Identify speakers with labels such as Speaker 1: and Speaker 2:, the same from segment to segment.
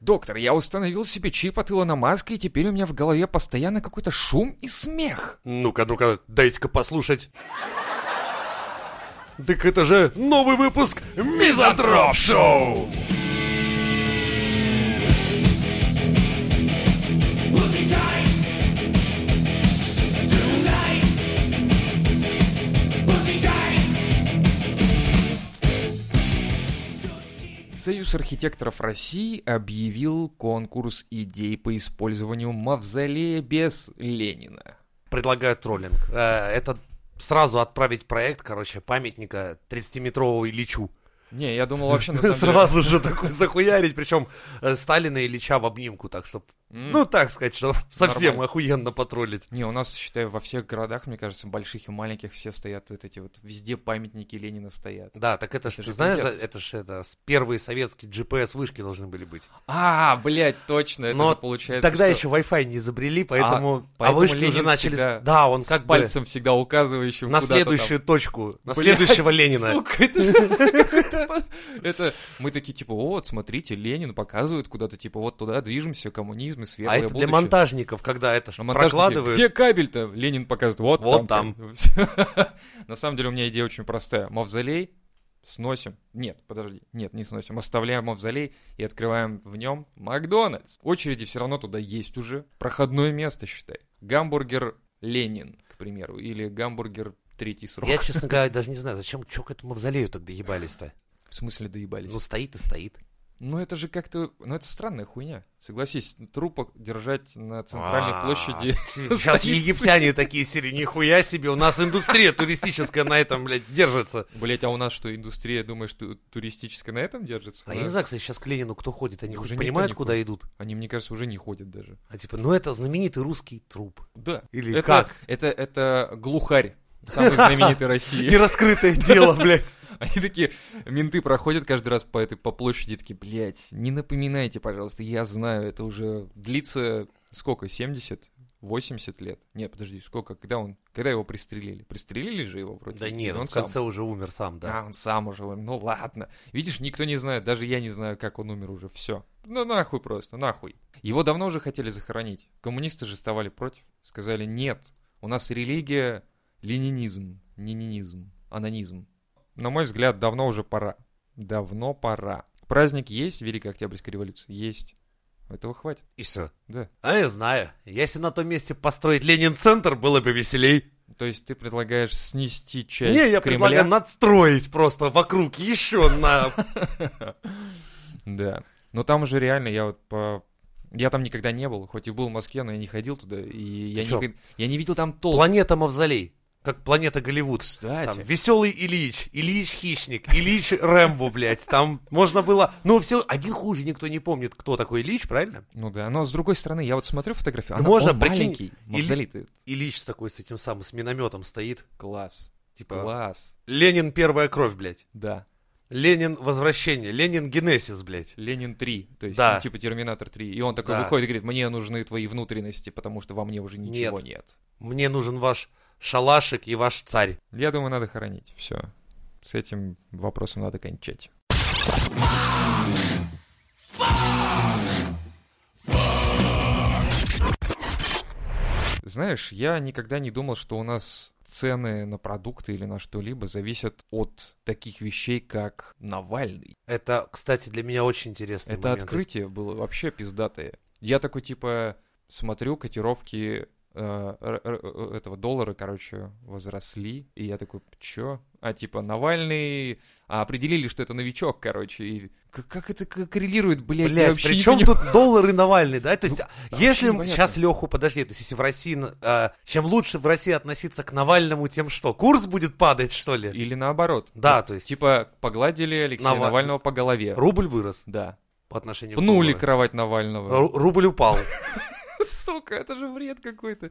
Speaker 1: «Доктор, я установил себе чип от Илона Маска, и теперь у меня в голове постоянно какой-то шум и смех».
Speaker 2: Ну-ка, ну-ка, дайте-ка послушать. Так это же новый выпуск Мизантроп Шоу!
Speaker 1: Союз архитекторов России объявил конкурс идей по использованию мавзолея без Ленина.
Speaker 2: Предлагаю троллинг. Э, Это сразу отправить проект, короче, памятника 30-метрового Ильичу.
Speaker 1: Не, я думал вообще на самом деле...
Speaker 2: Сразу же такой захуярить, причем э, Сталина и Ильича в обнимку, так что, ну так сказать, что совсем
Speaker 1: Нормально.
Speaker 2: охуенно потроллить.
Speaker 1: Не, у нас, считаю, во всех городах, мне кажется, больших и маленьких, все стоят вот эти вот, везде памятники Ленина стоят.
Speaker 2: Да, так это, ж,
Speaker 1: Это
Speaker 2: ты
Speaker 1: же
Speaker 2: знаешь,
Speaker 1: пиздец.
Speaker 2: это же это, с- первые советские GPS-вышки должны были быть.
Speaker 1: А, блядь, точно, это
Speaker 2: Но
Speaker 1: же получается,
Speaker 2: Тогда
Speaker 1: что
Speaker 2: еще Wi-Fi не изобрели, поэтому, а,
Speaker 1: поэтому
Speaker 2: вышки уже
Speaker 1: Ленин
Speaker 2: начали...
Speaker 1: всегда
Speaker 2: Да, он
Speaker 1: с
Speaker 2: как бы
Speaker 1: пальцем всегда указывающим
Speaker 2: на
Speaker 1: куда-то
Speaker 2: следующую точку, на
Speaker 1: там. Блядь,
Speaker 2: следующего Ленина.
Speaker 1: Сука, это же какой-то- Это мы такие типа, о, вот смотрите, Ленин показывает куда-то, типа, вот туда движемся, коммунизм и
Speaker 2: А
Speaker 1: светлое
Speaker 2: это для
Speaker 1: будущее.
Speaker 2: монтажников, когда это ж
Speaker 1: А монтажники,
Speaker 2: прокладывают.
Speaker 1: Где кабель-то? Ленин показывает. Вот,
Speaker 2: Вот
Speaker 1: там. На самом деле у меня идея очень простая. Мавзолей сносим. Нет, подожди. Нет, не сносим. Оставляем мавзолей и открываем в нем Макдональдс. Очереди все равно туда есть уже. Проходное место, считай. Гамбургер Ленин, к примеру. Или гамбургер третий срок.
Speaker 2: Я, честно говоря, даже не знаю, зачем чё к этому мавзолею тогда ебались-то?
Speaker 1: В смысле доебались?
Speaker 2: Ну, стоит и стоит.
Speaker 1: Ну это же как-то... Ну это странная хуйня. Согласись, трупок держать на центральной
Speaker 2: А.
Speaker 1: площади...
Speaker 2: Сейчас
Speaker 1: стоит
Speaker 2: египтяне такие сели, нихуя себе, у нас индустрия туристическая на этом, блядь, держится.
Speaker 1: Блять, а у нас что, индустрия, думаешь, ту- туристическая на этом держится? У
Speaker 2: А я не
Speaker 1: нас-
Speaker 2: знаю, кстати, сейчас к Ленину кто ходит, они
Speaker 1: Уже
Speaker 2: хоть
Speaker 1: никто
Speaker 2: понимают,
Speaker 1: не
Speaker 2: куда идут?
Speaker 1: Они, мне кажется, уже не ходят даже.
Speaker 2: А типа, ну это знаменитый русский труп.
Speaker 1: Да.
Speaker 2: Или
Speaker 1: это,
Speaker 2: как?
Speaker 1: Это, это глухарь. Самый знаменитый России.
Speaker 2: Нераскрытое дело, блядь.
Speaker 1: Они такие, менты проходят каждый раз по этой по площади, такие, блядь, не напоминайте, пожалуйста, я знаю, это уже длится сколько, 70? 80 лет. Нет, подожди, сколько, когда он, когда его пристрелили? Пристрелили же его вроде?
Speaker 2: Да нет,
Speaker 1: Или
Speaker 2: он
Speaker 1: он
Speaker 2: в
Speaker 1: сам?
Speaker 2: конце уже умер сам, да.
Speaker 1: А, он сам уже, умер. ну ладно. Видишь, никто не знает, даже я не знаю, как он умер уже, все. Ну нахуй просто, нахуй. Его давно уже хотели захоронить. Коммунисты же вставали против. Сказали, нет, у нас религия ленинизм, нининизм, анонизм. На мой взгляд, давно уже пора. Давно пора. Праздник есть, Великая Октябрьская революция? Есть. Этого хватит.
Speaker 2: И все.
Speaker 1: Да.
Speaker 2: А я знаю, если на том месте построить Ленин-центр, было бы веселей.
Speaker 1: То есть ты предлагаешь снести часть
Speaker 2: Не, я
Speaker 1: Кремля?
Speaker 2: предлагаю надстроить просто вокруг еще на...
Speaker 1: Да. Но там уже реально я вот по... Я там никогда не был, хоть и был в Москве, но я не ходил туда, и я,
Speaker 2: чё?
Speaker 1: никогда- я не видел там толк.
Speaker 2: Планета Мавзолей. Как планета Голливуд. Там
Speaker 1: Кстати.
Speaker 2: веселый Ильич, Ильич Хищник, Ильич Рэмбо, блядь. Там можно было... Ну, все, один хуже никто не помнит, кто такой Ильич, правильно?
Speaker 1: Ну да, но с другой стороны, я вот смотрю фотографию,
Speaker 2: Ну
Speaker 1: она,
Speaker 2: можно,
Speaker 1: он
Speaker 2: прикинь,
Speaker 1: маленький,
Speaker 2: или-
Speaker 1: мавзолей ты.
Speaker 2: Ильич с такой, с этим самым, с минометом стоит.
Speaker 1: Класс,
Speaker 2: Типа,
Speaker 1: класс,
Speaker 2: Ленин первая кровь, блядь.
Speaker 1: да.
Speaker 2: Ленин возвращение, Ленин генесис, блядь.
Speaker 1: Ленин 3, то есть,
Speaker 2: Да.
Speaker 1: ну, типа Терминатор 3. И он такой
Speaker 2: Да.
Speaker 1: выходит и говорит, мне нужны твои внутренности, потому что во мне уже ничего нет.
Speaker 2: Мне нужен ваш шалашик и ваш царь.
Speaker 1: Я думаю, надо хоронить, все. С этим вопросом надо кончать. Знаешь, я никогда не думал, что у нас цены на продукты или на что-либо зависят от таких вещей, как Навальный.
Speaker 2: Это, кстати, для меня очень интересный
Speaker 1: Это
Speaker 2: момент.
Speaker 1: открытие было вообще пиздатое. Я такой, типа, смотрю котировки э, р- р- этого доллара, короче, возросли, и я такой, чё? А типа Навальный, а определили, что это новичок, короче, и к- как это к- коррелирует, блядь, я
Speaker 2: Блять,
Speaker 1: вообще не
Speaker 2: при чем
Speaker 1: понимаю. Ну,
Speaker 2: тут доллары Навальный, да? То есть, а, если
Speaker 1: вообще непонятно.
Speaker 2: сейчас Леху, подожди, то есть, если в России, э, чем лучше в России относиться к Навальному, тем что? Курс будет падать, что ли?
Speaker 1: Или наоборот.
Speaker 2: Да, то есть,
Speaker 1: Типа, погладили Алексея
Speaker 2: Нава-
Speaker 1: Навального по голове.
Speaker 2: рубль вырос
Speaker 1: Да.
Speaker 2: по отношению
Speaker 1: Пнули
Speaker 2: к доллару.
Speaker 1: кровать Навального.
Speaker 2: Ру- Рубль упал.
Speaker 1: Сука, это же вред какой-то.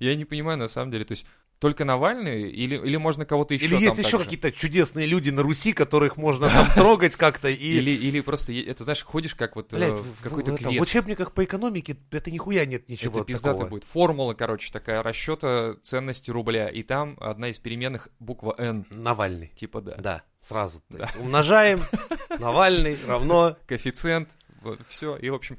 Speaker 1: Я не понимаю, на самом деле. То есть, только Навальный или, или можно кого-то еще
Speaker 2: Или есть
Speaker 1: там
Speaker 2: еще
Speaker 1: так же?
Speaker 2: какие-то чудесные люди на Руси, которых можно там трогать как-то и...
Speaker 1: Или, или просто, е- это знаешь, ходишь как вот э,
Speaker 2: Блядь,
Speaker 1: в какой-то
Speaker 2: в этом,
Speaker 1: квест.
Speaker 2: В учебниках по экономике это нихуя нет ничего
Speaker 1: это пиздато
Speaker 2: такого.
Speaker 1: будет. Формула, короче, такая расчета ценности рубля. И там одна из переменных буква N.
Speaker 2: Навальный.
Speaker 1: Типа да.
Speaker 2: Да, сразу. То есть Умножаем, Навальный равно
Speaker 1: Коэффициент Вот, все. И, в общем,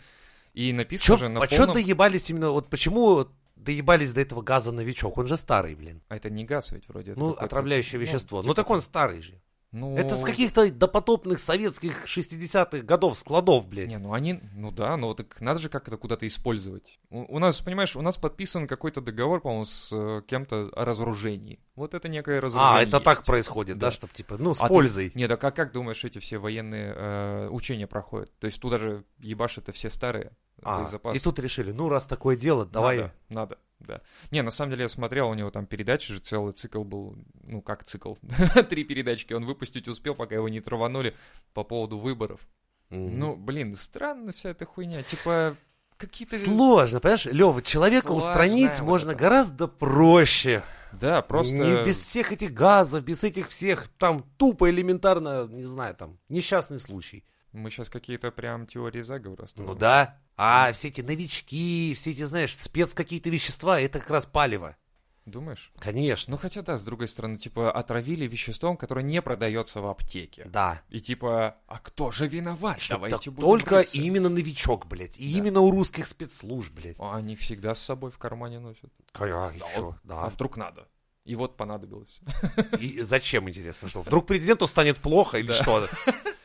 Speaker 1: и написано
Speaker 2: Чё,
Speaker 1: же на
Speaker 2: а чё
Speaker 1: полном...
Speaker 2: доебались именно, вот почему доебались до этого газа новичок? Он же старый, блин.
Speaker 1: А это не газ ведь вроде. это
Speaker 2: ну,
Speaker 1: какое-то-
Speaker 2: отравляющее вещество. Ну,
Speaker 1: типа
Speaker 2: так он старый же.
Speaker 1: Ну,
Speaker 2: Это с каких-то допотопных советских 60-х годов складов, блядь.
Speaker 1: Не, ну они, ну да, но так надо же как это куда-то использовать. У, у нас, понимаешь, у нас подписан какой-то договор, по-моему, с э, кем-то о разоружении. Вот это некое разоружение.
Speaker 2: а, это так
Speaker 1: ну, есть.
Speaker 2: происходит, да,
Speaker 1: Да.
Speaker 2: чтоб типа, ну, с
Speaker 1: А ты-
Speaker 2: пользой.
Speaker 1: Нет, так а как думаешь, эти все военные э, учения проходят? То есть тут даже ебаш это все старые
Speaker 2: А,
Speaker 1: боезапасы.
Speaker 2: и тут решили, ну, раз такое дело, давай.
Speaker 1: Надо, надо, да. Не, на самом деле я смотрел, у него там передачи же, целый цикл был, ну как цикл, три передачки он выпустить успел, пока его не траванули по поводу выборов.
Speaker 2: М.
Speaker 1: Ну, блин, странно вся эта хуйня, типа какие-то...
Speaker 2: Сложно, понимаешь, Лева, человека
Speaker 1: Сложно,
Speaker 2: устранить
Speaker 1: вот
Speaker 2: можно
Speaker 1: это.
Speaker 2: гораздо проще.
Speaker 1: Да, просто...
Speaker 2: Не без всех этих газов, без этих всех, там, тупо, элементарно, не знаю, там, несчастный случай.
Speaker 1: Мы сейчас какие-то прям теории заговора строим.
Speaker 2: Ну да. А все эти новички, все эти, знаешь, спец какие-то вещества, это как раз палево.
Speaker 1: Думаешь?
Speaker 2: Конечно.
Speaker 1: Ну хотя да, с другой стороны, типа отравили веществом, которое не продается в аптеке.
Speaker 2: Да.
Speaker 1: И типа, а кто же виноват?
Speaker 2: Чтоб
Speaker 1: Давайте
Speaker 2: так
Speaker 1: будем
Speaker 2: только
Speaker 1: рыться.
Speaker 2: именно новичок, блядь. И
Speaker 1: Да.
Speaker 2: именно у русских спецслужб, блядь.
Speaker 1: А Они всегда с собой в кармане носят.
Speaker 2: А, а, и
Speaker 1: Да,
Speaker 2: чё?
Speaker 1: А,
Speaker 2: Да.
Speaker 1: вдруг надо? И вот понадобилось.
Speaker 2: И зачем, интересно, что? Вдруг президенту станет плохо или
Speaker 1: Да.
Speaker 2: что?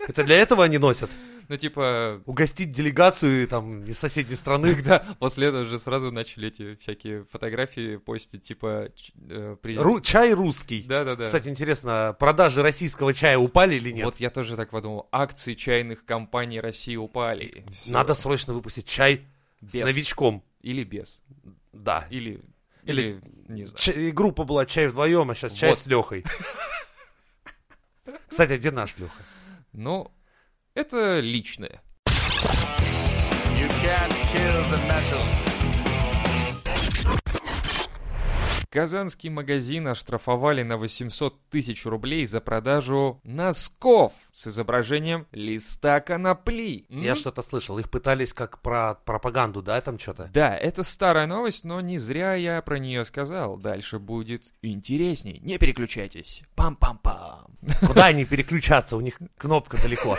Speaker 2: Это для этого они носят?
Speaker 1: Ну, типа,
Speaker 2: Угостить делегацию там из соседней страны?
Speaker 1: когда после этого же сразу начали эти всякие фотографии постить, типа, ч- э, при-
Speaker 2: Ру- Чай русский.
Speaker 1: Да-да-да.
Speaker 2: Кстати, интересно, продажи российского чая упали или нет?
Speaker 1: Вот я тоже так подумал. Акции чайных компаний России упали. Всё.
Speaker 2: Надо срочно выпустить чай с
Speaker 1: Без.
Speaker 2: новичком.
Speaker 1: Или без.
Speaker 2: Да.
Speaker 1: Или... Или...
Speaker 2: Или-
Speaker 1: Не знаю.
Speaker 2: Ч- и группа была чай вдвоем, а сейчас чай
Speaker 1: Вот.
Speaker 2: с Лехой. Кстати, а где наш Леха?
Speaker 1: Ну, это личное.
Speaker 3: You can't kill the metal.
Speaker 1: Казанский магазин оштрафовали на 800 тысяч рублей за продажу носков с изображением листа конопли. М?
Speaker 2: Я что-то слышал. Их пытались как про пропаганду, да, там что-то?
Speaker 1: Да, это старая новость, но не зря я про нее сказал. Дальше будет интересней. Не переключайтесь. Пам-пам-пам.
Speaker 2: Куда они переключаться? У них кнопка далеко.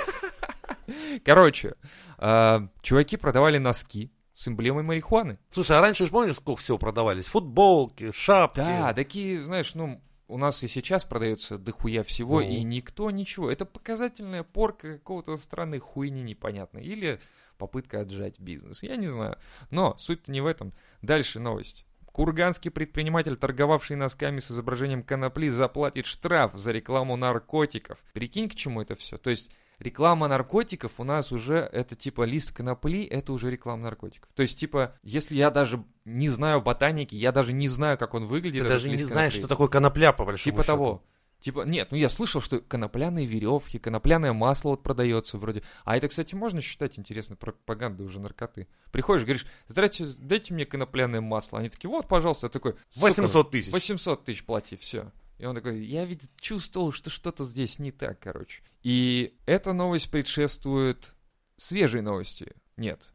Speaker 1: Короче, а, чуваки продавали носки с эмблемой марихуаны.
Speaker 2: Слушай, а раньше же помнишь, сколько всего продавались? Футболки, шапки.
Speaker 1: Да, такие, знаешь, ну, у нас и сейчас продается дохуя всего,
Speaker 2: Ну.
Speaker 1: и никто ничего. Это показательная порка какого-то страны хуйни непонятной. Или попытка отжать бизнес. Я не знаю. Но суть-то не в этом. Дальше новость. Курганский предприниматель, торговавший носками с изображением конопли, заплатит штраф за рекламу наркотиков. Прикинь, к чему это все. То есть реклама наркотиков у нас уже, это типа лист конопли, это уже реклама наркотиков. То есть типа, если я даже не знаю ботаники, я даже не знаю, как он выглядит.
Speaker 2: Ты
Speaker 1: этот
Speaker 2: даже не
Speaker 1: лист
Speaker 2: знаешь,
Speaker 1: конопли.
Speaker 2: что такое конопля, по большому
Speaker 1: Типа
Speaker 2: счету.
Speaker 1: того. Типа, нет, ну я слышал, что конопляные веревки, конопляное масло вот продается вроде. А это, кстати, можно считать, интересно, пропагандой уже наркоты. Приходишь, говоришь, здрасте, дайте мне конопляное масло. Они такие, вот, пожалуйста, я такой, «Сука,
Speaker 2: 800 тысяч.
Speaker 1: 800 тысяч плати, все. И он такой, я ведь чувствовал, что что-то здесь не так, короче. И эта новость предшествует свежей новости. Нет,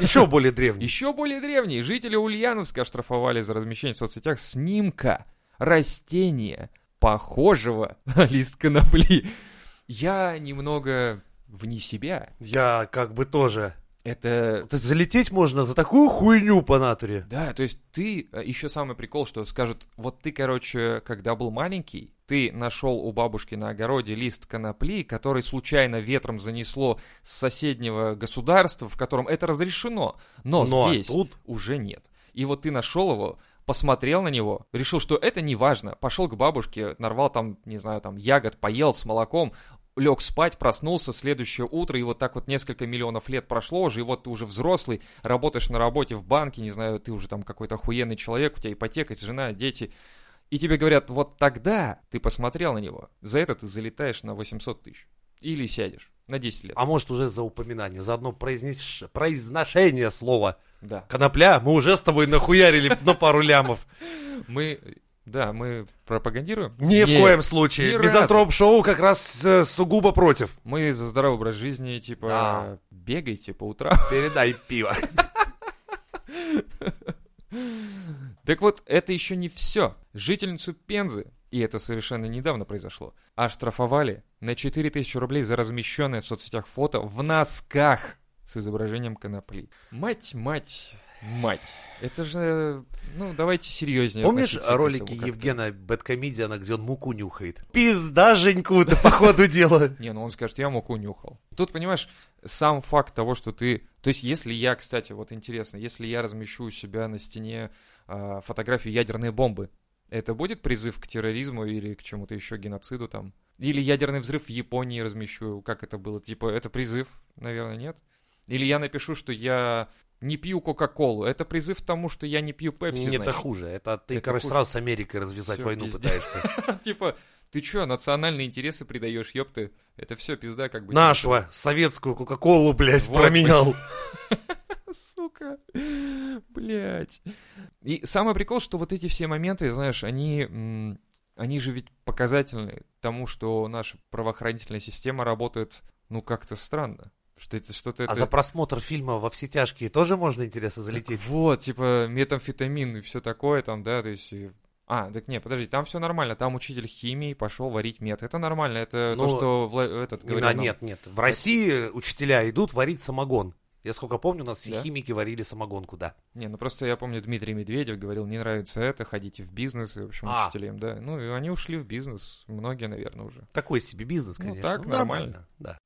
Speaker 2: Еще более древний.
Speaker 1: еще более древний. Жители Ульяновска оштрафовали за размещение в соцсетях снимка растения, похожего на лист конопли. Я немного вне себя.
Speaker 2: Я как бы тоже.
Speaker 1: Это...
Speaker 2: Вот это залететь можно за такую хуйню по натуре.
Speaker 1: Да, то есть ты... Еще самый прикол, что скажут, вот ты, короче, когда был маленький, ты нашел у бабушки на огороде лист конопли, который случайно ветром занесло с соседнего государства, в котором это разрешено. Но,
Speaker 2: Но
Speaker 1: Ну, здесь...
Speaker 2: Ну, а тут
Speaker 1: уже нет. И вот ты нашел его, посмотрел на него, решил, что это не важно, пошел к бабушке, нарвал там, не знаю, там ягод, поел с молоком, лег спать, проснулся, следующее утро, и вот так вот несколько миллионов лет прошло уже, и вот ты уже взрослый, работаешь на работе в банке, не знаю, ты уже там какой-то охуенный человек, у тебя ипотека, жена, дети, и тебе говорят, вот тогда ты посмотрел на него, за это ты залетаешь на 800 тысяч. Или сядешь на 10 лет.
Speaker 2: А может уже за упоминание, за одно произнес- произношение слова
Speaker 1: Да.
Speaker 2: «конопля» мы уже с тобой нахуярили на пару лямов.
Speaker 1: Мы, да, мы пропагандируем?
Speaker 2: Ни в
Speaker 1: Нет.
Speaker 2: коем
Speaker 1: ни
Speaker 2: случае.
Speaker 1: разу.
Speaker 2: Мизантроп-шоу как раз э, сугубо против.
Speaker 1: Мы за здоровый образ жизни, типа,
Speaker 2: Да.
Speaker 1: бегайте по утрам.
Speaker 2: Передай пиво.
Speaker 1: Так вот, это еще не все. Жительницу Пензы, и это совершенно недавно произошло, оштрафовали на 4000 рублей за размещенное в соцсетях фото в носках с изображением конопли. Мать, мать, мать. Это же, ну, давайте серьезнее
Speaker 2: Помнишь
Speaker 1: относиться к
Speaker 2: ролики
Speaker 1: этому как-то.
Speaker 2: Евгена Бэткомедиана, где он муку нюхает? Пизда Женьку-то по ходу дела.
Speaker 1: Не, ну он скажет, я муку нюхал. Тут, понимаешь, сам факт того, что ты... То есть, если я, кстати, вот интересно, если я размещу у себя на стене а, фотографию ядерной бомбы, это будет призыв к терроризму или к чему-то еще, геноциду там? Или ядерный взрыв в Японии размещу, как это было? Типа, это призыв? Наверное, нет. Или я напишу, что я не пью Кока-Колу. Это призыв к тому, что я не пью Пепси,
Speaker 2: Нет, это
Speaker 1: значит.
Speaker 2: хуже. Это ты,
Speaker 1: Это
Speaker 2: короче,
Speaker 1: хуже.
Speaker 2: сразу с Америкой развязать
Speaker 1: Всё,
Speaker 2: войну
Speaker 1: пиздец.
Speaker 2: пытаешься.
Speaker 1: Типа, ты чё, национальные интересы придаешь, ёпты? Это все пизда как бы.
Speaker 2: Нашего, а, советскую Кока-Колу, блядь,
Speaker 1: Вот.
Speaker 2: променял.
Speaker 1: Сука. Блять. И самый прикол, что вот эти все моменты, знаешь, они, м, они же ведь показательны тому, что наша правоохранительная система работает, ну, как-то странно. Что это что-то...
Speaker 2: А
Speaker 1: это-
Speaker 2: за просмотр фильма «Во все тяжкие» тоже можно, интересно,
Speaker 1: Так
Speaker 2: залететь?
Speaker 1: Вот, типа метамфетамин и все такое там, да, то есть... и- А, так не, подожди, там все нормально, там учитель химии пошел варить мед. Это нормально, это
Speaker 2: Ну,
Speaker 1: то, что Вла- этот
Speaker 2: Не,
Speaker 1: говорил.
Speaker 2: на-
Speaker 1: нам.
Speaker 2: Нет, нет. В России учителя идут варить самогон. Я сколько помню, у нас все
Speaker 1: Да?
Speaker 2: химики варили самогонку, да.
Speaker 1: Не, ну просто я помню, Дмитрий Медведев говорил, не нравится это, ходите в бизнес, и, в общем,
Speaker 2: А.
Speaker 1: учителям, да. Ну, и они ушли в бизнес, многие, наверное, уже.
Speaker 2: Такой себе бизнес,
Speaker 1: Ну,
Speaker 2: конечно.
Speaker 1: так нормально.
Speaker 2: Да.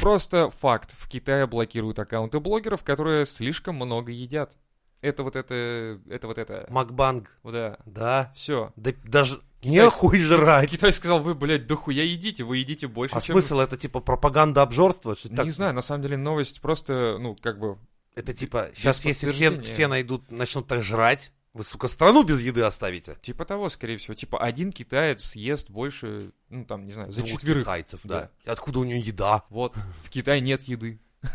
Speaker 1: Просто факт, в Китае блокируют аккаунты блогеров, которые слишком много едят. Это вот это, это вот это,
Speaker 2: Макбанг,
Speaker 1: да,
Speaker 2: да.
Speaker 1: все.
Speaker 2: Да даже нехуй жрать.
Speaker 1: Китай сказал, вы, блядь, дохуя едите, вы едите больше,
Speaker 2: А
Speaker 1: чем...
Speaker 2: смысл это типа пропаганда обжорства? Что
Speaker 1: Не
Speaker 2: так-
Speaker 1: знаю, на самом деле новость просто, ну, как бы,
Speaker 2: Это типа, сейчас если все,
Speaker 1: подтверждения.
Speaker 2: все найдут, начнут так жрать, вы, сука, страну без еды оставите.
Speaker 1: типа того, скорее всего. Типа один китаец съест больше, ну, там, не знаю, за
Speaker 2: Двух
Speaker 1: четверых.
Speaker 2: китайцев, да. И Откуда у него еда?
Speaker 1: Вот, в Китае нет еды.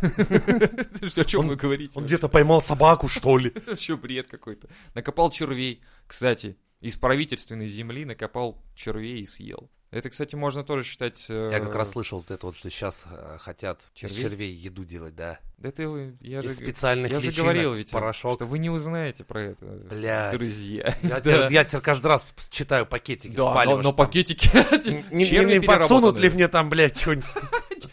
Speaker 1: Что, О чем
Speaker 2: Он-
Speaker 1: вы говорите?
Speaker 2: Он где-то поймал собаку, что ли?
Speaker 1: Еще бред какой-то. Накопал червей, кстати. Из правительственной земли накопал червей и съел. Это, кстати, можно тоже считать... э,
Speaker 2: Я как раз слышал вот это вот, что сейчас хотят из
Speaker 1: Червей?
Speaker 2: червей еду делать, да.
Speaker 1: Это вы- я же,
Speaker 2: Из специальных
Speaker 1: я же
Speaker 2: личинок,
Speaker 1: говорил ведь, э,
Speaker 2: порошок.
Speaker 1: что вы не узнаете про это,
Speaker 2: Блядь.
Speaker 1: друзья. Да.
Speaker 2: Я, теперь- я теперь каждый раз читаю пакетики,
Speaker 1: Да, но,
Speaker 2: впариваешь.
Speaker 1: но пакетики...
Speaker 2: Н- не,
Speaker 1: черви
Speaker 2: не- не подсунут ли
Speaker 1: переработанные.
Speaker 2: мне там, блядь, что-нибудь?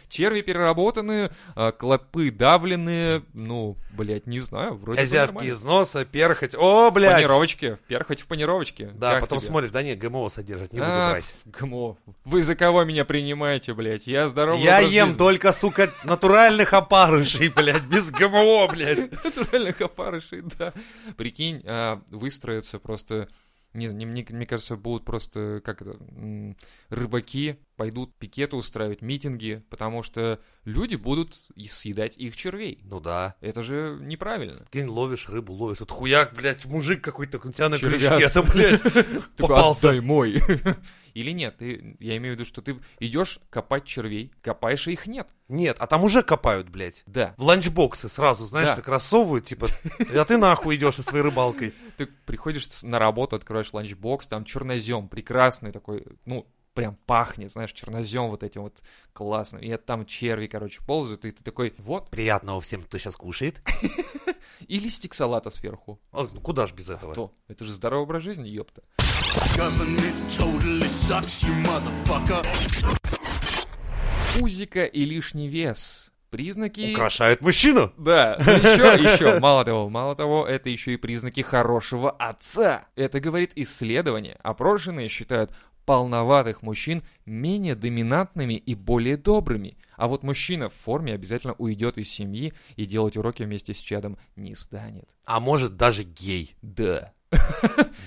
Speaker 1: Черви переработаны, а, клопы давлены, ну, блядь, не знаю, вроде бы
Speaker 2: Козявки
Speaker 1: нормально.
Speaker 2: из носа, а перхоть. О,
Speaker 1: В
Speaker 2: блядь!
Speaker 1: панировочке, пер- хоть в панировочке.
Speaker 2: Да,
Speaker 1: Как
Speaker 2: потом
Speaker 1: тебе?
Speaker 2: смотришь, да нет, ГМО содержит, не буду
Speaker 1: А,
Speaker 2: брать.
Speaker 1: пф, ГМО. Вы за кого меня принимаете, блядь? Я здоровый
Speaker 2: Я
Speaker 1: образ
Speaker 2: ем
Speaker 1: жизни.
Speaker 2: только, сука, натуральных опарышей, блядь, без ГМО, блядь.
Speaker 1: натуральных опарышей, да. Прикинь, а, выстроятся просто... Не, не- мне, мне кажется, будут просто, как это, м, рыбаки пойдут пикеты устраивать, митинги, потому что люди будут и съедать их червей.
Speaker 2: Ну да.
Speaker 1: Это же неправильно.
Speaker 2: Прикинь, ловишь рыбу, ловишь. Тут хуяк, блядь, мужик какой-то у тебя на
Speaker 1: Червяк.
Speaker 2: крючке, это, блядь,
Speaker 1: Такой,
Speaker 2: попался.
Speaker 1: «Отдай мой. Или нет, ты, я имею в виду, что ты идешь копать червей, копаешь, и их нет.
Speaker 2: Нет, а там уже копают, блядь.
Speaker 1: Да.
Speaker 2: В ланчбоксы сразу, знаешь,
Speaker 1: Да.
Speaker 2: так рассовывают, типа, а ты нахуй идешь со своей рыбалкой.
Speaker 1: Ты приходишь с- на работу, открываешь ланчбокс, там чернозем прекрасный такой, ну, прям пахнет, знаешь, чернозем вот этим вот классным. И это там черви, короче, ползают, и ты такой, вот,
Speaker 2: Приятного всем, кто сейчас кушает.
Speaker 1: и листик салата сверху.
Speaker 2: А, ну куда ж без этого?
Speaker 1: То, это же здоровый образ жизни, ёпта.
Speaker 3: Government totally sucks, you motherfucker.
Speaker 1: Пузика и лишний вес. Признаки...
Speaker 2: Украшает мужчину.
Speaker 1: Да, еще, еще, мало того, мало того, это еще и признаки хорошего отца. Это говорит исследование. Опрошенные считают полноватых мужчин менее доминантными и более добрыми. А вот мужчина в форме обязательно уйдет из семьи и делать уроки вместе с чадом не станет.
Speaker 2: А может, даже гей.
Speaker 1: Да.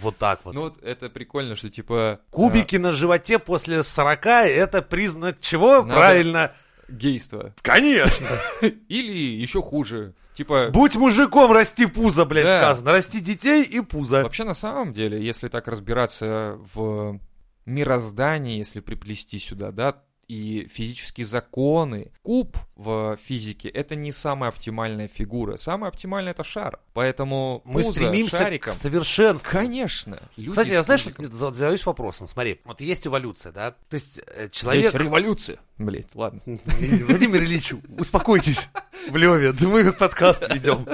Speaker 2: Вот так вот.
Speaker 1: Ну вот это прикольно, что типа...
Speaker 2: Кубики на животе после 40 это признак чего?
Speaker 1: Надо-
Speaker 2: Правильно.
Speaker 1: а, гейство.
Speaker 2: Конечно.
Speaker 1: Или еще хуже. Типа...
Speaker 2: Будь мужиком, расти пузо, блядь,
Speaker 1: Да.
Speaker 2: сказано. Расти детей и пузо.
Speaker 1: Вообще, на самом деле, если так разбираться в мироздании, если приплести сюда, да, и физические законы. Куб в физике — это не самая оптимальная фигура. Самая оптимальная — это шар. Поэтому
Speaker 2: Мы
Speaker 1: пузо
Speaker 2: стремимся
Speaker 1: шариком...
Speaker 2: к совершенству.
Speaker 1: Конечно. Люди
Speaker 2: Кстати, я
Speaker 1: с
Speaker 2: знаешь,
Speaker 1: пузиком-
Speaker 2: что за- задаюсь вопросом. Смотри, вот есть эволюция, да? То есть э,
Speaker 1: Есть
Speaker 2: человек...
Speaker 1: революция. Блять, ладно.
Speaker 2: Владимир Ильич, успокойтесь в Леве, мы подкаст ведем.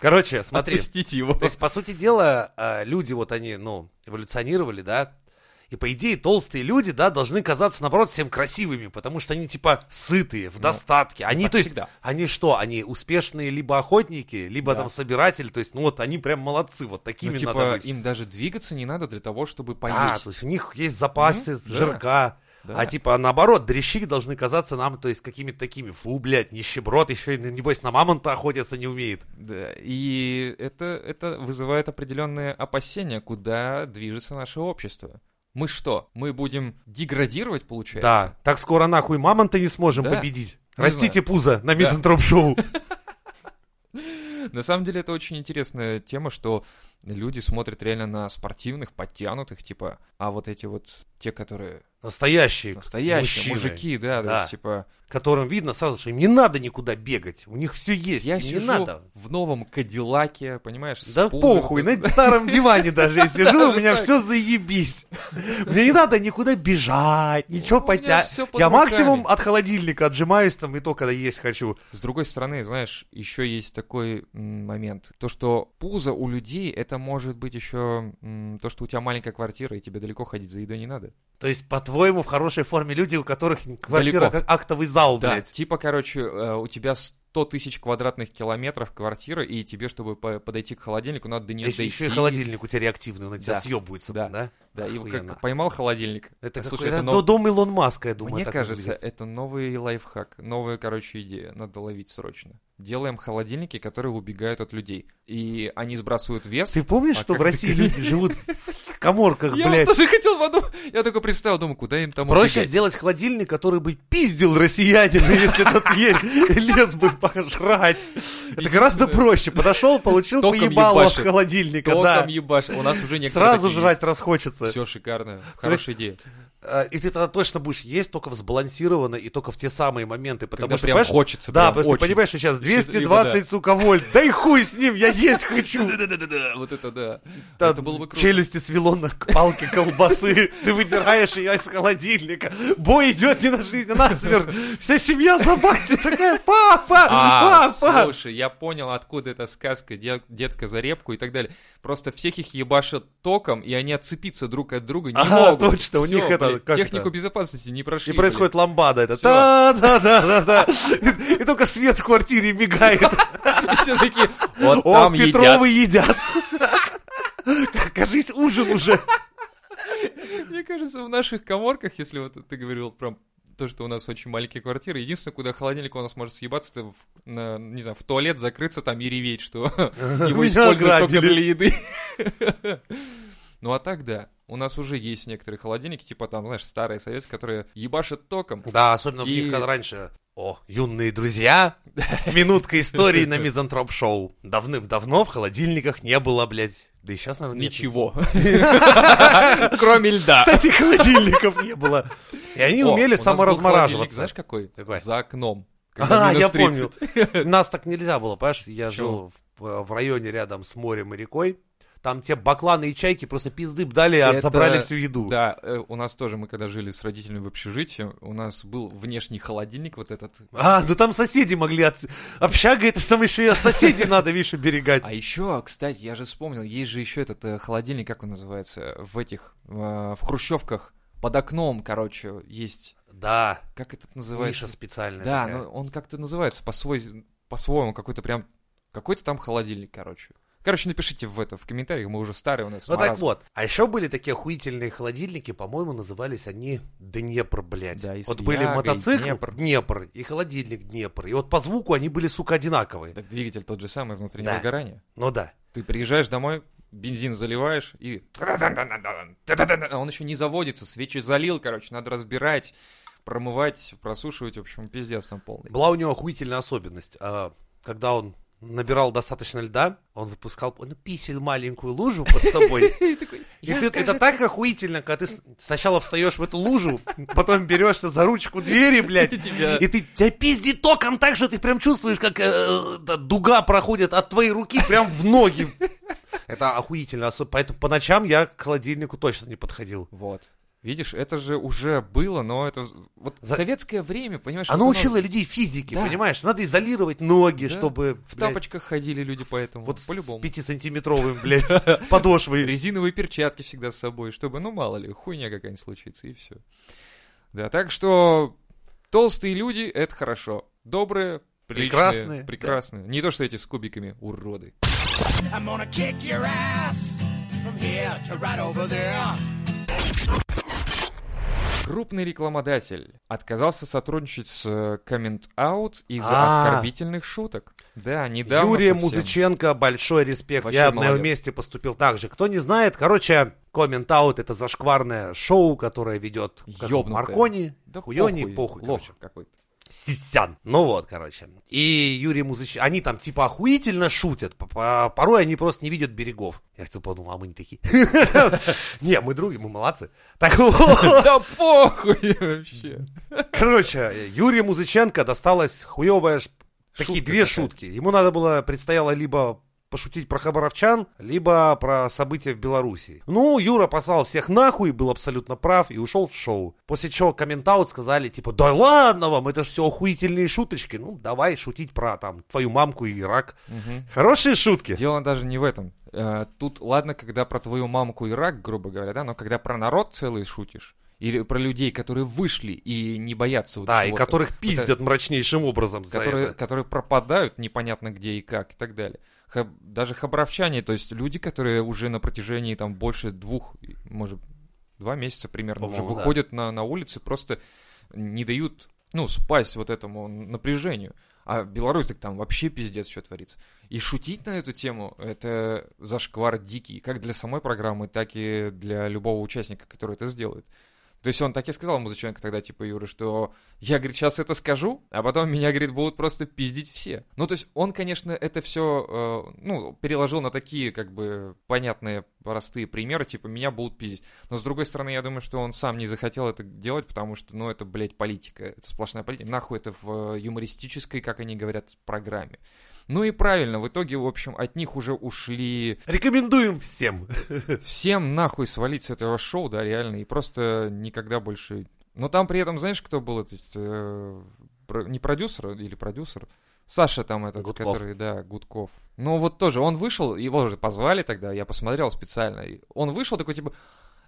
Speaker 2: Короче, смотри.
Speaker 1: Отпустите его.
Speaker 2: То есть, по сути дела, э, люди, вот они, ну, эволюционировали, да, И по идее толстые люди, да, должны казаться, наоборот, всем красивыми, потому что они типа сытые, в достатке.
Speaker 1: Ну,
Speaker 2: Они,
Speaker 1: так
Speaker 2: то есть,
Speaker 1: всегда.
Speaker 2: они что, они успешные либо охотники, либо
Speaker 1: Да.
Speaker 2: там собиратели, то есть, ну вот они прям молодцы, вот такими
Speaker 1: Ну,
Speaker 2: надо
Speaker 1: типа,
Speaker 2: быть.
Speaker 1: им даже двигаться не надо для того, чтобы
Speaker 2: Да,
Speaker 1: поесть.
Speaker 2: то есть у них есть запасы
Speaker 1: Мгм, да.
Speaker 2: жирка.
Speaker 1: Да.
Speaker 2: А типа наоборот, дрищи должны казаться нам, то есть какими-то такими, фу, блядь, нищеброд, еще и, небось, на мамонта охотиться не умеет.
Speaker 1: Да, и это, это вызывает определенные опасения, куда движется наше общество. Мы что, мы будем деградировать, получается?
Speaker 2: Да, так скоро нахуй мамонта не сможем
Speaker 1: Да.
Speaker 2: победить.
Speaker 1: Не
Speaker 2: Растите пузо на мизантроп-шоу.
Speaker 1: На самом деле это очень интересная тема, что люди смотрят реально на спортивных, подтянутых, типа, а вот эти вот те, которые
Speaker 2: Настоящие,
Speaker 1: настоящие
Speaker 2: мужчины,
Speaker 1: мужики, да, то
Speaker 2: Да.
Speaker 1: есть, типа,
Speaker 2: которым видно сразу, что им не надо никуда бегать, у них все есть,
Speaker 1: я
Speaker 2: им
Speaker 1: сижу
Speaker 2: не надо.
Speaker 1: в новом Кадиллаке, понимаешь? с
Speaker 2: Да
Speaker 1: пузом.
Speaker 2: похуй, ну, на старом диване даже я сижу, у
Speaker 1: Даже
Speaker 2: меня
Speaker 1: так.
Speaker 2: все заебись. Мне не надо никуда бежать, ничего
Speaker 1: У меня
Speaker 2: потя...
Speaker 1: всё под
Speaker 2: Я
Speaker 1: руками.
Speaker 2: максимум от холодильника отжимаюсь там и то, когда есть хочу.
Speaker 1: С другой стороны, знаешь, еще есть такой м, момент. То, что пузо у людей, это может быть еще м, то, что у тебя маленькая квартира, и тебе далеко ходить за едой не надо.
Speaker 2: То есть, по-твоему, в хорошей форме люди, у которых квартира
Speaker 1: Далеко.
Speaker 2: как актовый зал,
Speaker 1: Да,
Speaker 2: блядь.
Speaker 1: типа, короче, э, у тебя 100 тысяч квадратных километров квартиры, и тебе, чтобы по- подойти к холодильнику, надо до нее
Speaker 2: Если
Speaker 1: дойти.
Speaker 2: еще и холодильник у тебя реактивный, он на тебя
Speaker 1: Да.
Speaker 2: съебывается,
Speaker 1: Да.
Speaker 2: да?
Speaker 1: Да, и вот
Speaker 2: Охуенно.
Speaker 1: как поймал холодильник.
Speaker 2: Это,
Speaker 1: Слушай,
Speaker 2: какой-
Speaker 1: это
Speaker 2: это
Speaker 1: нов-
Speaker 2: дом Илон Маска, я думаю.
Speaker 1: Мне
Speaker 2: так
Speaker 1: кажется,
Speaker 2: выглядит.
Speaker 1: это новый лайфхак, новая, короче, идея. Надо ловить срочно. Делаем холодильники, которые убегают от людей. И они сбрасывают вес.
Speaker 2: Ты помнишь,
Speaker 1: А
Speaker 2: что в
Speaker 1: как ты
Speaker 2: России люди живут в коморках,
Speaker 1: Я вот
Speaker 2: блядь?
Speaker 1: тоже хотел подумать. Я только представил, думаю, куда им там
Speaker 2: Проще
Speaker 1: убегать?
Speaker 2: сделать холодильник, который бы пиздил россиянина, если тот е- лез бы пожрать. Это гораздо проще. Подошел, получил
Speaker 1: Током
Speaker 2: поебало от
Speaker 1: ебашит.
Speaker 2: холодильника,
Speaker 1: Током
Speaker 2: да.
Speaker 1: ебашь. У нас уже некоторые
Speaker 2: Сразу жрать расхочется.
Speaker 1: Все шикарно. Хорошая идея.
Speaker 2: А, И ты тогда точно будешь есть только в сбалансированно и только в те самые моменты. Потому
Speaker 1: Когда
Speaker 2: что,
Speaker 1: прям
Speaker 2: понимаешь,
Speaker 1: хочется.
Speaker 2: да,
Speaker 1: прям
Speaker 2: потому что ты
Speaker 1: очень.
Speaker 2: понимаешь, что сейчас
Speaker 1: Либо
Speaker 2: 220 сука вольт. Да и хуй с ним, я есть хочу.
Speaker 1: Да, вот это да.
Speaker 2: Там
Speaker 1: Это было бы круто.
Speaker 2: Челюсти свело на к- палке колбасы. Ты выдираешь ее из холодильника. Бой идет не на жизнь, а на смерть. Вся семья за батю такая, папа,
Speaker 1: А,
Speaker 2: папа.
Speaker 1: слушай, я понял, откуда эта сказка «Дед- «Детка за репку» и так далее. Просто всех их ебашат током, и они отцепиться друг от друга не
Speaker 2: Ага,
Speaker 1: могут.
Speaker 2: точно, у
Speaker 1: Всё,
Speaker 2: них это,
Speaker 1: блядь,
Speaker 2: как
Speaker 1: Технику
Speaker 2: это?
Speaker 1: безопасности не прошли.
Speaker 2: И происходит ламбада это.
Speaker 1: Всё.
Speaker 2: Да, да, да, да, да. И только свет в квартире мигает.
Speaker 1: блядь. И все такие, вот
Speaker 2: О,
Speaker 1: там едят.
Speaker 2: Петровы едят. Кажись, ужин уже.
Speaker 1: Мне кажется, в наших коморках, если вот ты говорил про то, что у нас очень маленькие квартиры, единственное, куда холодильник у нас может съебаться, это, в, на- не знаю, в туалет закрыться там и реветь, что его
Speaker 2: Меня
Speaker 1: используют только
Speaker 2: ограбили.
Speaker 1: для еды. Ну а так да. У нас уже есть некоторые холодильники, типа там, знаешь, старые советские, которые ебашат током.
Speaker 2: Да, особенно в
Speaker 1: И-
Speaker 2: них как раньше. О, юные друзья, минутка истории на мизантроп-шоу. Давным-давно в холодильниках не было, блядь. Да и сейчас, наверное, нет.
Speaker 1: Ничего. Кроме льда.
Speaker 2: Кстати, холодильников не было. И они
Speaker 1: О, у
Speaker 2: умели
Speaker 1: нас был холодильник,
Speaker 2: саморазмораживаться.
Speaker 1: Знаешь, какой?
Speaker 2: Какой?
Speaker 1: За окном. Когда
Speaker 2: А,
Speaker 1: минус
Speaker 2: я
Speaker 1: 30.
Speaker 2: помню. Нас так нельзя было, понимаешь? Я
Speaker 1: Почему?
Speaker 2: жил в э, в районе рядом с морем и рекой. Там те бакланы и чайки просто пизды б дали, а
Speaker 1: Это-
Speaker 2: забрали всю еду.
Speaker 1: Да, э, у нас тоже, мы когда жили с родителями в общежитии, у нас был внешний холодильник вот этот.
Speaker 2: А, ну там соседи могли... От... Общага, это там еще и от соседей надо, видишь, оберегать.
Speaker 1: А еще, кстати, я же вспомнил, есть же еще этот э, холодильник, как он называется, в этих, э, в хрущевках под окном, короче, есть.
Speaker 2: Да,
Speaker 1: Как этот называется?
Speaker 2: ниша специальная
Speaker 1: Да, ну,
Speaker 2: такая. Ну
Speaker 1: но он как-то называется по свой, по-своему какой-то прям какой-то там холодильник, короче. Короче, напишите в это в комментариях, мы уже старые у нас.
Speaker 2: Ну так
Speaker 1: маразм.
Speaker 2: вот. А еще были такие охуительные холодильники, по-моему, назывались они Днепр, блядь.
Speaker 1: Да, и с
Speaker 2: вот были
Speaker 1: Ягой,
Speaker 2: мотоцикл
Speaker 1: Днепр.
Speaker 2: Днепр. и холодильник Днепр. И вот по звуку они были, сука, одинаковые.
Speaker 1: Так двигатель тот же самый, внутреннее
Speaker 2: Да.
Speaker 1: возгорание.
Speaker 2: Ну да.
Speaker 1: Ты приезжаешь домой, бензин заливаешь и... А Он еще не заводится, свечи залил, короче, надо разбирать, промывать, просушивать, в общем, пиздец там полный.
Speaker 2: Была у него охуительная особенность. А, когда он набирал достаточно льда, он выпускал ну, писель маленькую лужу под собой. И ты- это так охуительно, когда ты с- сначала встаешь в эту лужу, потом берешься за ручку двери, блядь,
Speaker 1: И тебя-
Speaker 2: и ты тебя пиздит током так, что ты прям чувствуешь, как э, да, дуга проходит от твоей руки прям в ноги. Это охуительно, осо- поэтому по ночам я к холодильнику точно не подходил.
Speaker 1: Вот. Видишь, это же уже было, но это вот
Speaker 2: За-
Speaker 1: советское время, понимаешь?
Speaker 2: Оно
Speaker 1: вот
Speaker 2: учило людей физике,
Speaker 1: Да.
Speaker 2: понимаешь? Надо изолировать ноги,
Speaker 1: Да.
Speaker 2: чтобы...
Speaker 1: В
Speaker 2: блядь,
Speaker 1: тапочках ходили люди поэтому,
Speaker 2: Вот
Speaker 1: вот
Speaker 2: с
Speaker 1: по-любому.
Speaker 2: 5-сантиметровым, блядь, подошвой.
Speaker 1: Резиновые перчатки всегда с собой, чтобы, ну, мало ли, хуйня какая-нибудь случится, и все. Да, так что толстые люди — это хорошо. Добрые, приличные,
Speaker 2: Прекрасные, да.
Speaker 1: прекрасные. Не то, что эти с кубиками уроды.
Speaker 3: I'm gonna kick your ass from here to right over there.
Speaker 1: Крупный рекламодатель отказался сотрудничать с э, Comment Out из-за
Speaker 2: А.
Speaker 1: оскорбительных шуток. Да, недавно
Speaker 2: Юрия
Speaker 1: совсем.
Speaker 2: Музыченко, большой респект.
Speaker 1: Вообще
Speaker 2: Я на его
Speaker 1: молодец.
Speaker 2: месте поступил так же. Кто не знает, короче, Коммент Аут это зашкварное шоу, которое ведет как
Speaker 1: Ёбнутое.
Speaker 2: Маркони,
Speaker 1: Да
Speaker 2: Хуёни,
Speaker 1: похуй,
Speaker 2: похуй,
Speaker 1: лох
Speaker 2: короче.
Speaker 1: какой-то.
Speaker 2: Сисян. Ну вот, короче. И Юрий Музыченко, они там типа охуительно шутят. П- п- Порой они просто не видят берегов. Я тут подумал, а мы не такие. Не, мы други, мы молодцы. Так вот.
Speaker 1: Да похуй вообще.
Speaker 2: Короче, Юрию Музыченко досталась хуевая... ш- Такие
Speaker 1: Шутка
Speaker 2: две
Speaker 1: такая.
Speaker 2: шутки. Ему надо было, предстояло либо пошутить про хабаровчан, либо про события в Белоруссии. Ну, Юра послал всех нахуй, был абсолютно прав и ушел в шоу. После чего комментаут сказали, типа, да ладно вам, это же все охуительные шуточки. Ну, давай шутить про, там, твою мамку и рак.
Speaker 1: Мгм.
Speaker 2: Хорошие шутки.
Speaker 1: Дело даже не в этом. Э, Тут ладно, когда про твою мамку и рак, грубо говоря, да, но когда про народ целый шутишь, или про людей, которые вышли и не боятся вот
Speaker 2: Да, и
Speaker 1: чего-то,
Speaker 2: которых пиздят мрачнейшим образом за
Speaker 1: которые,
Speaker 2: это.
Speaker 1: которые пропадают непонятно где и как и так далее. Хаб- даже хабаровчане, то есть люди, которые уже на протяжении там больше двух, может, два месяца примерно уже
Speaker 2: По-моему, да.
Speaker 1: выходят на, на улицы, просто не дают, ну, спасть вот этому напряжению. А Беларусь так там вообще пиздец что творится. И шутить на эту тему — это зашквар дикий, как для самой программы, так и для любого участника, который это сделает. То есть он так и сказал Музыченко тогда, типа, Юра, что я, говорит, сейчас это скажу, а потом меня, говорит, будут просто пиздить все. Ну, то есть он, конечно, это все, ну, переложил на такие, как бы, понятные, простые примеры, типа, меня будут пиздить. Но, с другой стороны, я думаю, что он сам не захотел это делать, потому что, ну, это, блядь, политика. Это сплошная политика. Нахуй это в э, юмористической, как они говорят, программе. Ну и правильно, в итоге, в общем, от них уже ушли
Speaker 2: Рекомендуем всем.
Speaker 1: всем нахуй свалить с этого шоу, да, реально, и просто никогда больше... Но там при этом, знаешь, кто был этот... э, про- не продюсер или продюсер? Саша там этот,
Speaker 2: Гудков.
Speaker 1: который, да, Гудков. Ну вот тоже, он вышел, его же позвали тогда, я посмотрел специально, и он вышел такой, типа,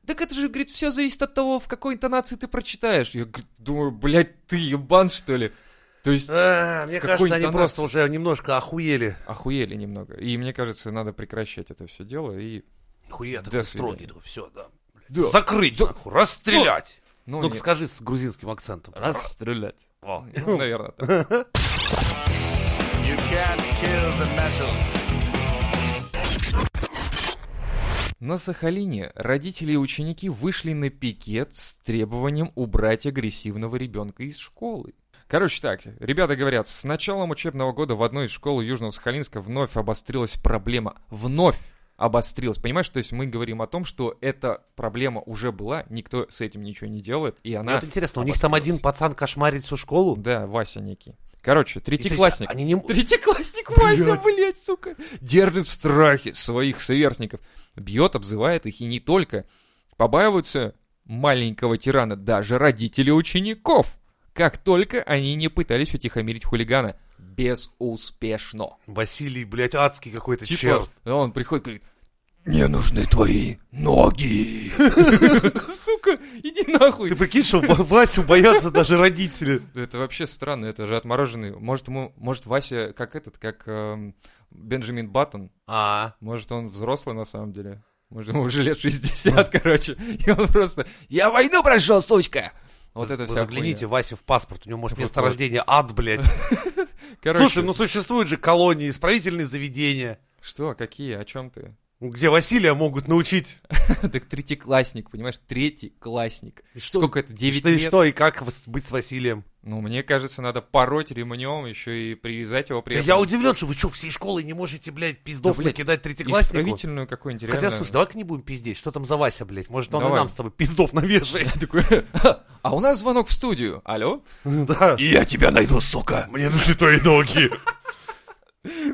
Speaker 1: так это же, говорит, все зависит от того, в какой интонации ты прочитаешь. Я г- думаю, блядь, ты ебан, что ли? То есть,
Speaker 2: А, Мне
Speaker 1: В какой
Speaker 2: кажется, они
Speaker 1: интонации?
Speaker 2: просто уже немножко охуели.
Speaker 1: охуели немного. И мне кажется, надо прекращать это все дело и...
Speaker 2: Хуя
Speaker 1: До
Speaker 2: такой
Speaker 1: свидания.
Speaker 2: строгий, такой, все, да. блядь.
Speaker 1: Да.
Speaker 2: Закрыть,
Speaker 1: За-
Speaker 2: нахуй, расстрелять. Ну,
Speaker 1: не-
Speaker 2: ка скажи с грузинским акцентом.
Speaker 1: Расстрелять.
Speaker 2: О.
Speaker 1: Ну, наверное, так.
Speaker 3: You can't kill the metal.
Speaker 1: На Сахалине родители и ученики вышли на пикет с требованием убрать агрессивного ребенка из школы. Короче так, ребята говорят, с началом учебного года в одной из школ Южного Сахалинска вновь обострилась проблема. Вновь обострилась. Понимаешь, то есть мы говорим о том, что эта проблема уже была, никто с этим ничего не делает, и
Speaker 2: Мне
Speaker 1: она...
Speaker 2: вот интересно, у них там один
Speaker 1: обострилась.
Speaker 2: пацан кошмарит всю школу?
Speaker 1: Да, Вася некий. Короче,
Speaker 2: И, то есть,
Speaker 1: третьеклассник.
Speaker 2: Они не...
Speaker 1: Третьеклассник
Speaker 2: Блядь.
Speaker 1: Вася, блядь, сука. Держит в страхе своих сверстников. Бьет, обзывает их и не только. Побаиваются маленького тирана даже родители учеников. Как только они не пытались утихомирить хулигана. Безуспешно.
Speaker 2: Василий, блядь, адский какой-то
Speaker 1: Типа,
Speaker 2: черт.
Speaker 1: он приходит и говорит,
Speaker 4: Мне нужны твои ноги.
Speaker 1: сука, иди нахуй.
Speaker 2: Ты прикинь, что Ва- Васю боятся даже родители.
Speaker 1: Это вообще странно, это же отмороженный. Может, ему, может Вася как этот, как эм, Бенджамин Баттон,
Speaker 2: А,
Speaker 1: Может, он взрослый на самом деле. Может, ему уже лет 60, короче. И он просто «Я войну прошел, сучка!» Вот
Speaker 2: вы
Speaker 1: это вся
Speaker 2: загляните Васю в паспорт, у него, может,
Speaker 1: Вот,
Speaker 2: место
Speaker 1: вот.
Speaker 2: рождения ад, блядь.
Speaker 1: хуйня. Короче,
Speaker 2: Слушай, ну существуют же колонии, исправительные заведения,
Speaker 1: Что, какие, о чем ты?
Speaker 2: где Василия могут научить.
Speaker 1: так третьеклассник, понимаешь, третий классник.
Speaker 2: что?
Speaker 1: Сколько это, 9
Speaker 2: Что и
Speaker 1: лет?
Speaker 2: что, и как вс- быть с Василием.
Speaker 1: Ну, мне кажется, надо пороть ремнем еще и привязать его при
Speaker 2: Да
Speaker 1: этом.
Speaker 2: я удивлен, что вы что, всей школой не можете, блядь, пиздов
Speaker 1: Да, блядь,
Speaker 2: накидать третьекласснику?
Speaker 1: Исправительную какую-нибудь
Speaker 2: Хотя,
Speaker 1: реально.
Speaker 2: слушай, давай-ка не будем пиздеть, что там за Вася, блядь, может, он и
Speaker 1: Давай.
Speaker 2: нам с тобой пиздов навешает.
Speaker 1: Я такой, а у нас звонок в студию. Алло?
Speaker 2: Да.
Speaker 4: И я тебя найду, сука.
Speaker 2: Мне нужны твои ноги.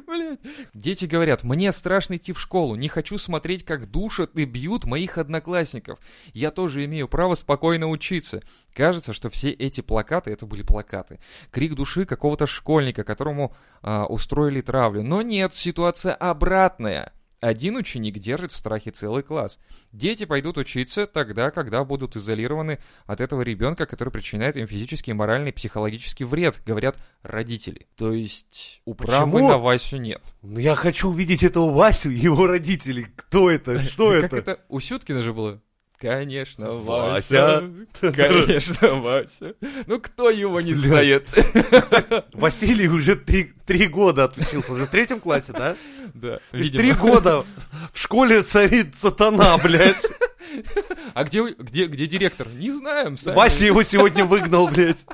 Speaker 1: Блядь. Дети говорят, мне страшно идти в школу, не хочу смотреть, как душат и бьют моих одноклассников. Я тоже имею право спокойно учиться. Кажется, что все эти плакаты, это были плакаты, крик души какого-то школьника, которому а, устроили травлю. Но нет, ситуация обратная. Один ученик держит в страхе целый класс. Дети пойдут учиться тогда, когда будут изолированы от этого ребенка, который причиняет им физический, моральный, психологический вред, говорят родители. То есть управы
Speaker 2: Почему?
Speaker 1: на Васю нет.
Speaker 2: Ну, я хочу увидеть этого Васю и его родителей. Кто это? Что
Speaker 1: Как
Speaker 2: это?
Speaker 1: это? У Сюткина же было? Конечно,
Speaker 2: Вася.
Speaker 1: Вася. Конечно, Вася. Ну кто его не
Speaker 2: Блядь.
Speaker 1: знает?
Speaker 2: Василий уже три, три года отучился. Уже в третьем классе, да?
Speaker 1: Да,
Speaker 2: То есть
Speaker 1: видимо.
Speaker 2: Три года в школе царит сатана, блядь.
Speaker 1: А где, вы- где, где директор? Не знаем, сами.
Speaker 2: Вася его сегодня выгнал, блядь.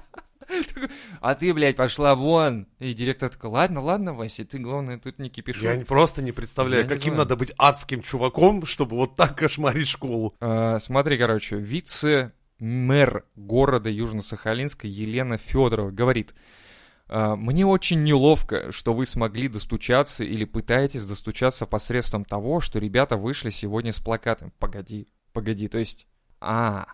Speaker 1: А ты, блядь, пошла вон. И директор такой, ладно, ладно, Вася, ты, главное, тут не кипиши.
Speaker 2: Я не- просто не представляю,
Speaker 1: Я не
Speaker 2: каким
Speaker 1: знаю.
Speaker 2: надо быть адским чуваком, чтобы вот так кошмарить школу.
Speaker 1: А, смотри, короче, вице-мэр города Южно-Сахалинска Елена Федорова говорит, «А, мне очень неловко, что вы смогли достучаться или пытаетесь достучаться посредством того, что ребята вышли сегодня с плакатом. Погоди, погоди, то есть... А,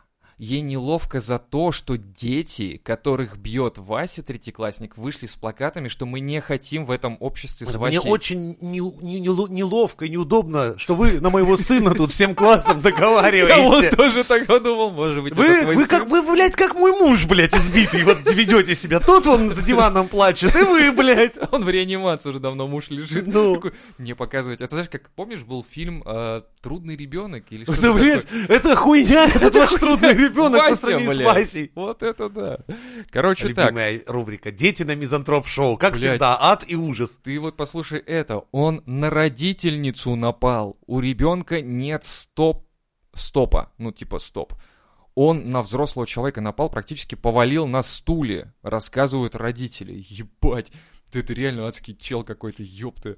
Speaker 1: ей неловко за то, что дети, которых бьет Вася, третьеклассник, вышли с плакатами, что мы не хотим в этом обществе с
Speaker 2: Мне
Speaker 1: Васей.
Speaker 2: очень не- не- нело- неловко и неудобно, что вы на моего сына тут всем классом договариваете.
Speaker 1: тоже так подумал, может быть, это
Speaker 2: Вы,
Speaker 1: твой
Speaker 2: вы,
Speaker 1: сын.
Speaker 2: как, вы, блядь, как мой муж, блядь, избитый. Вот ведете себя. Тут он за диваном плачет, и вы, блядь.
Speaker 1: Он в реанимации уже давно, муж лежит.
Speaker 2: Ну.
Speaker 1: Такой, не показывать. А ты знаешь, как помнишь, был фильм э, «Трудный ребенок» или что-то
Speaker 2: Это, блядь, это хуйня, это ваш трудный ребенок по
Speaker 1: Вася,
Speaker 2: сравнению с
Speaker 1: блядь.
Speaker 2: Васей.
Speaker 1: Вот это да. Короче,
Speaker 2: А
Speaker 1: так,
Speaker 2: Любимая рубрика «Дети на мизантроп-шоу». Как
Speaker 1: Блядь.
Speaker 2: всегда, ад и ужас.
Speaker 1: ты вот послушай это. Он на родительницу напал. У ребенка нет стоп... стопа. Ну, типа стоп. Он на взрослого человека напал, практически повалил на стуле, рассказывают родители. Ебать, ты это реально адский чел какой-то, ёпта.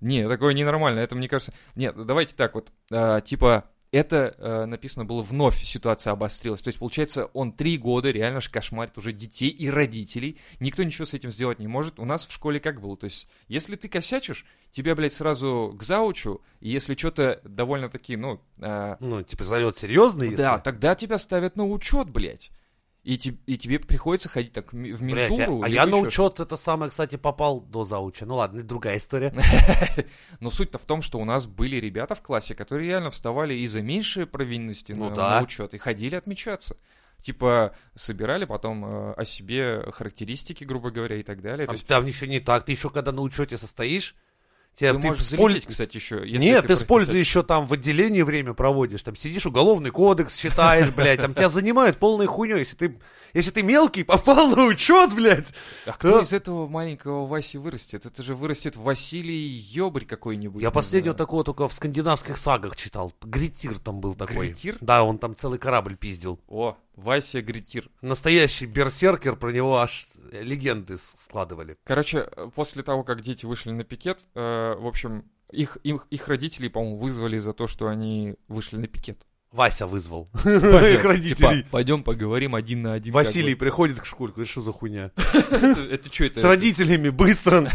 Speaker 1: Не, такое ненормально, это мне кажется... Нет, давайте так вот, а, типа, это э, написано было вновь, ситуация обострилась. То есть, получается, он три года реально ж кошмарит уже детей и родителей. Никто ничего с этим сделать не может. У нас в школе как было? То есть, если ты косячишь, тебя, блядь, сразу к заучу, и если что-то довольно-таки, ну, э,
Speaker 2: Ну, типа, залет серьезный, если...
Speaker 1: да, тогда тебя ставят на учет, блядь. И, те- и тебе приходится ходить так в ми- в
Speaker 2: Блядь,
Speaker 1: ментуру.
Speaker 2: я- а
Speaker 1: либо
Speaker 2: я на
Speaker 1: ещё
Speaker 2: учет это самое, кстати, попал до зауча. Ну ладно, это другая история.
Speaker 1: Но суть-то в том, что у нас были ребята в классе, которые реально вставали из-за меньшей провинности
Speaker 2: Ну
Speaker 1: на,
Speaker 2: да.
Speaker 1: учет и ходили отмечаться. Типа собирали потом э, о себе характеристики, грубо говоря, и так далее. То
Speaker 2: А
Speaker 1: есть
Speaker 2: Там еще не так. Ты еще когда на учете состоишь, тебя,
Speaker 1: ты
Speaker 2: ты
Speaker 1: можешь
Speaker 2: в поль-
Speaker 1: залететь, кстати, еще.
Speaker 2: Нет, ты, с пользой еще там в отделении время проводишь, там сидишь, уголовный кодекс считаешь, блядь, там тебя занимают полной хуйней. Если ты, если ты мелкий, попал на учет, блядь.
Speaker 1: А кто
Speaker 2: Да.
Speaker 1: из этого маленького Васи вырастет? Это же вырастет Василий Ёбрь какой-нибудь.
Speaker 2: Я
Speaker 1: не
Speaker 2: последнего
Speaker 1: знаю.
Speaker 2: такого только в скандинавских сагах читал. Гретир там был такой.
Speaker 1: Гретир?
Speaker 2: Да, он там целый корабль пиздил.
Speaker 1: О, Вася Гретир.
Speaker 2: Настоящий берсеркер, про него аж э, легенды с- складывали.
Speaker 1: Короче, э, после того, как дети вышли на пикет, э, в общем, их, их, их родителей, по-моему, вызвали за то, что они вышли на пикет.
Speaker 2: Вася вызвал.
Speaker 1: Вася,
Speaker 2: Их родителей.
Speaker 1: Типа, пойдем поговорим один на один. как
Speaker 2: Василий приходит к школьку, и что за хуйня?
Speaker 1: бы. Это, что это? Ну,
Speaker 2: С родителями быстро.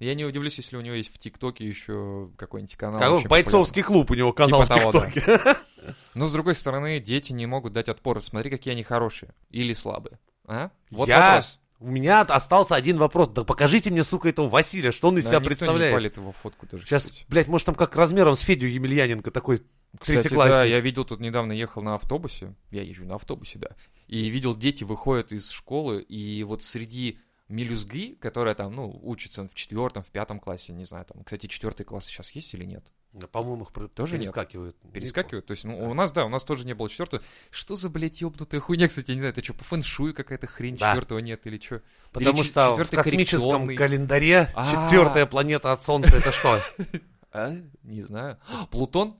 Speaker 1: Я не удивлюсь, если у него есть в ТикТоке еще какой-нибудь канал.
Speaker 2: Какой
Speaker 1: очень
Speaker 2: бойцовский клуб у него канал
Speaker 1: Типа того,
Speaker 2: в ТикТоке.
Speaker 1: популярный. Но, с другой стороны, дети не могут дать отпор. Смотри, какие они хорошие. Или слабые. А? Вот
Speaker 2: Я
Speaker 1: вопрос.
Speaker 2: У меня остался один вопрос. Да покажите мне, сука, этого Василия, что он из
Speaker 1: Да,
Speaker 2: себя
Speaker 1: никто не
Speaker 2: представляет.
Speaker 1: палит его фотку даже.
Speaker 2: Сейчас,
Speaker 1: кстати.
Speaker 2: блядь, может там как размером с Федю Емельяненко такой
Speaker 1: Кстати,
Speaker 2: третьеклассник.
Speaker 1: да, я видел тут недавно, ехал на автобусе, я езжу на автобусе, да, и видел, дети выходят из школы, и вот среди мелюзги, которая там, ну, учится в четвертом, в пятом классе, не знаю, там, кстати, четвертый класс сейчас есть или нет?
Speaker 2: Да, По-моему, их пр-
Speaker 1: Тоже нет.
Speaker 2: перескакивают.
Speaker 1: Перескакивают, то есть, ну, у нас, да, у нас тоже не было четвертого. Что за, блядь, ебнутая хуйня, кстати, я не знаю, это что, по фэншую какая-то хрень,
Speaker 2: Да.
Speaker 1: четвертого нет или что?
Speaker 2: Потому
Speaker 1: Или ч-
Speaker 2: что в
Speaker 1: четвертый
Speaker 2: космическом
Speaker 1: коррекционный.
Speaker 2: календаре
Speaker 1: А.
Speaker 2: четвертая планета от Солнца это что?
Speaker 1: А? Не знаю. Плутон?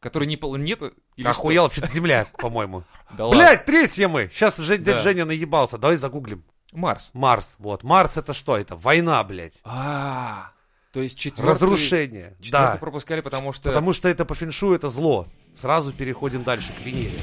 Speaker 1: Который не планета? или что?
Speaker 2: Охуел вообще-то Земля, по-моему.
Speaker 1: Да ладно.
Speaker 2: Блядь, третья мы! Сейчас дядя
Speaker 1: Да.
Speaker 2: Женя наебался. Давай загуглим.
Speaker 1: Марс.
Speaker 2: Марс, вот. Марс это что? Это война, блядь.
Speaker 1: А, то есть четвертый...
Speaker 2: Разрушение.
Speaker 1: Четвертый
Speaker 2: Да.
Speaker 1: пропускали, потому что...
Speaker 2: Потому что это по феншу это зло. Сразу переходим дальше к Венере.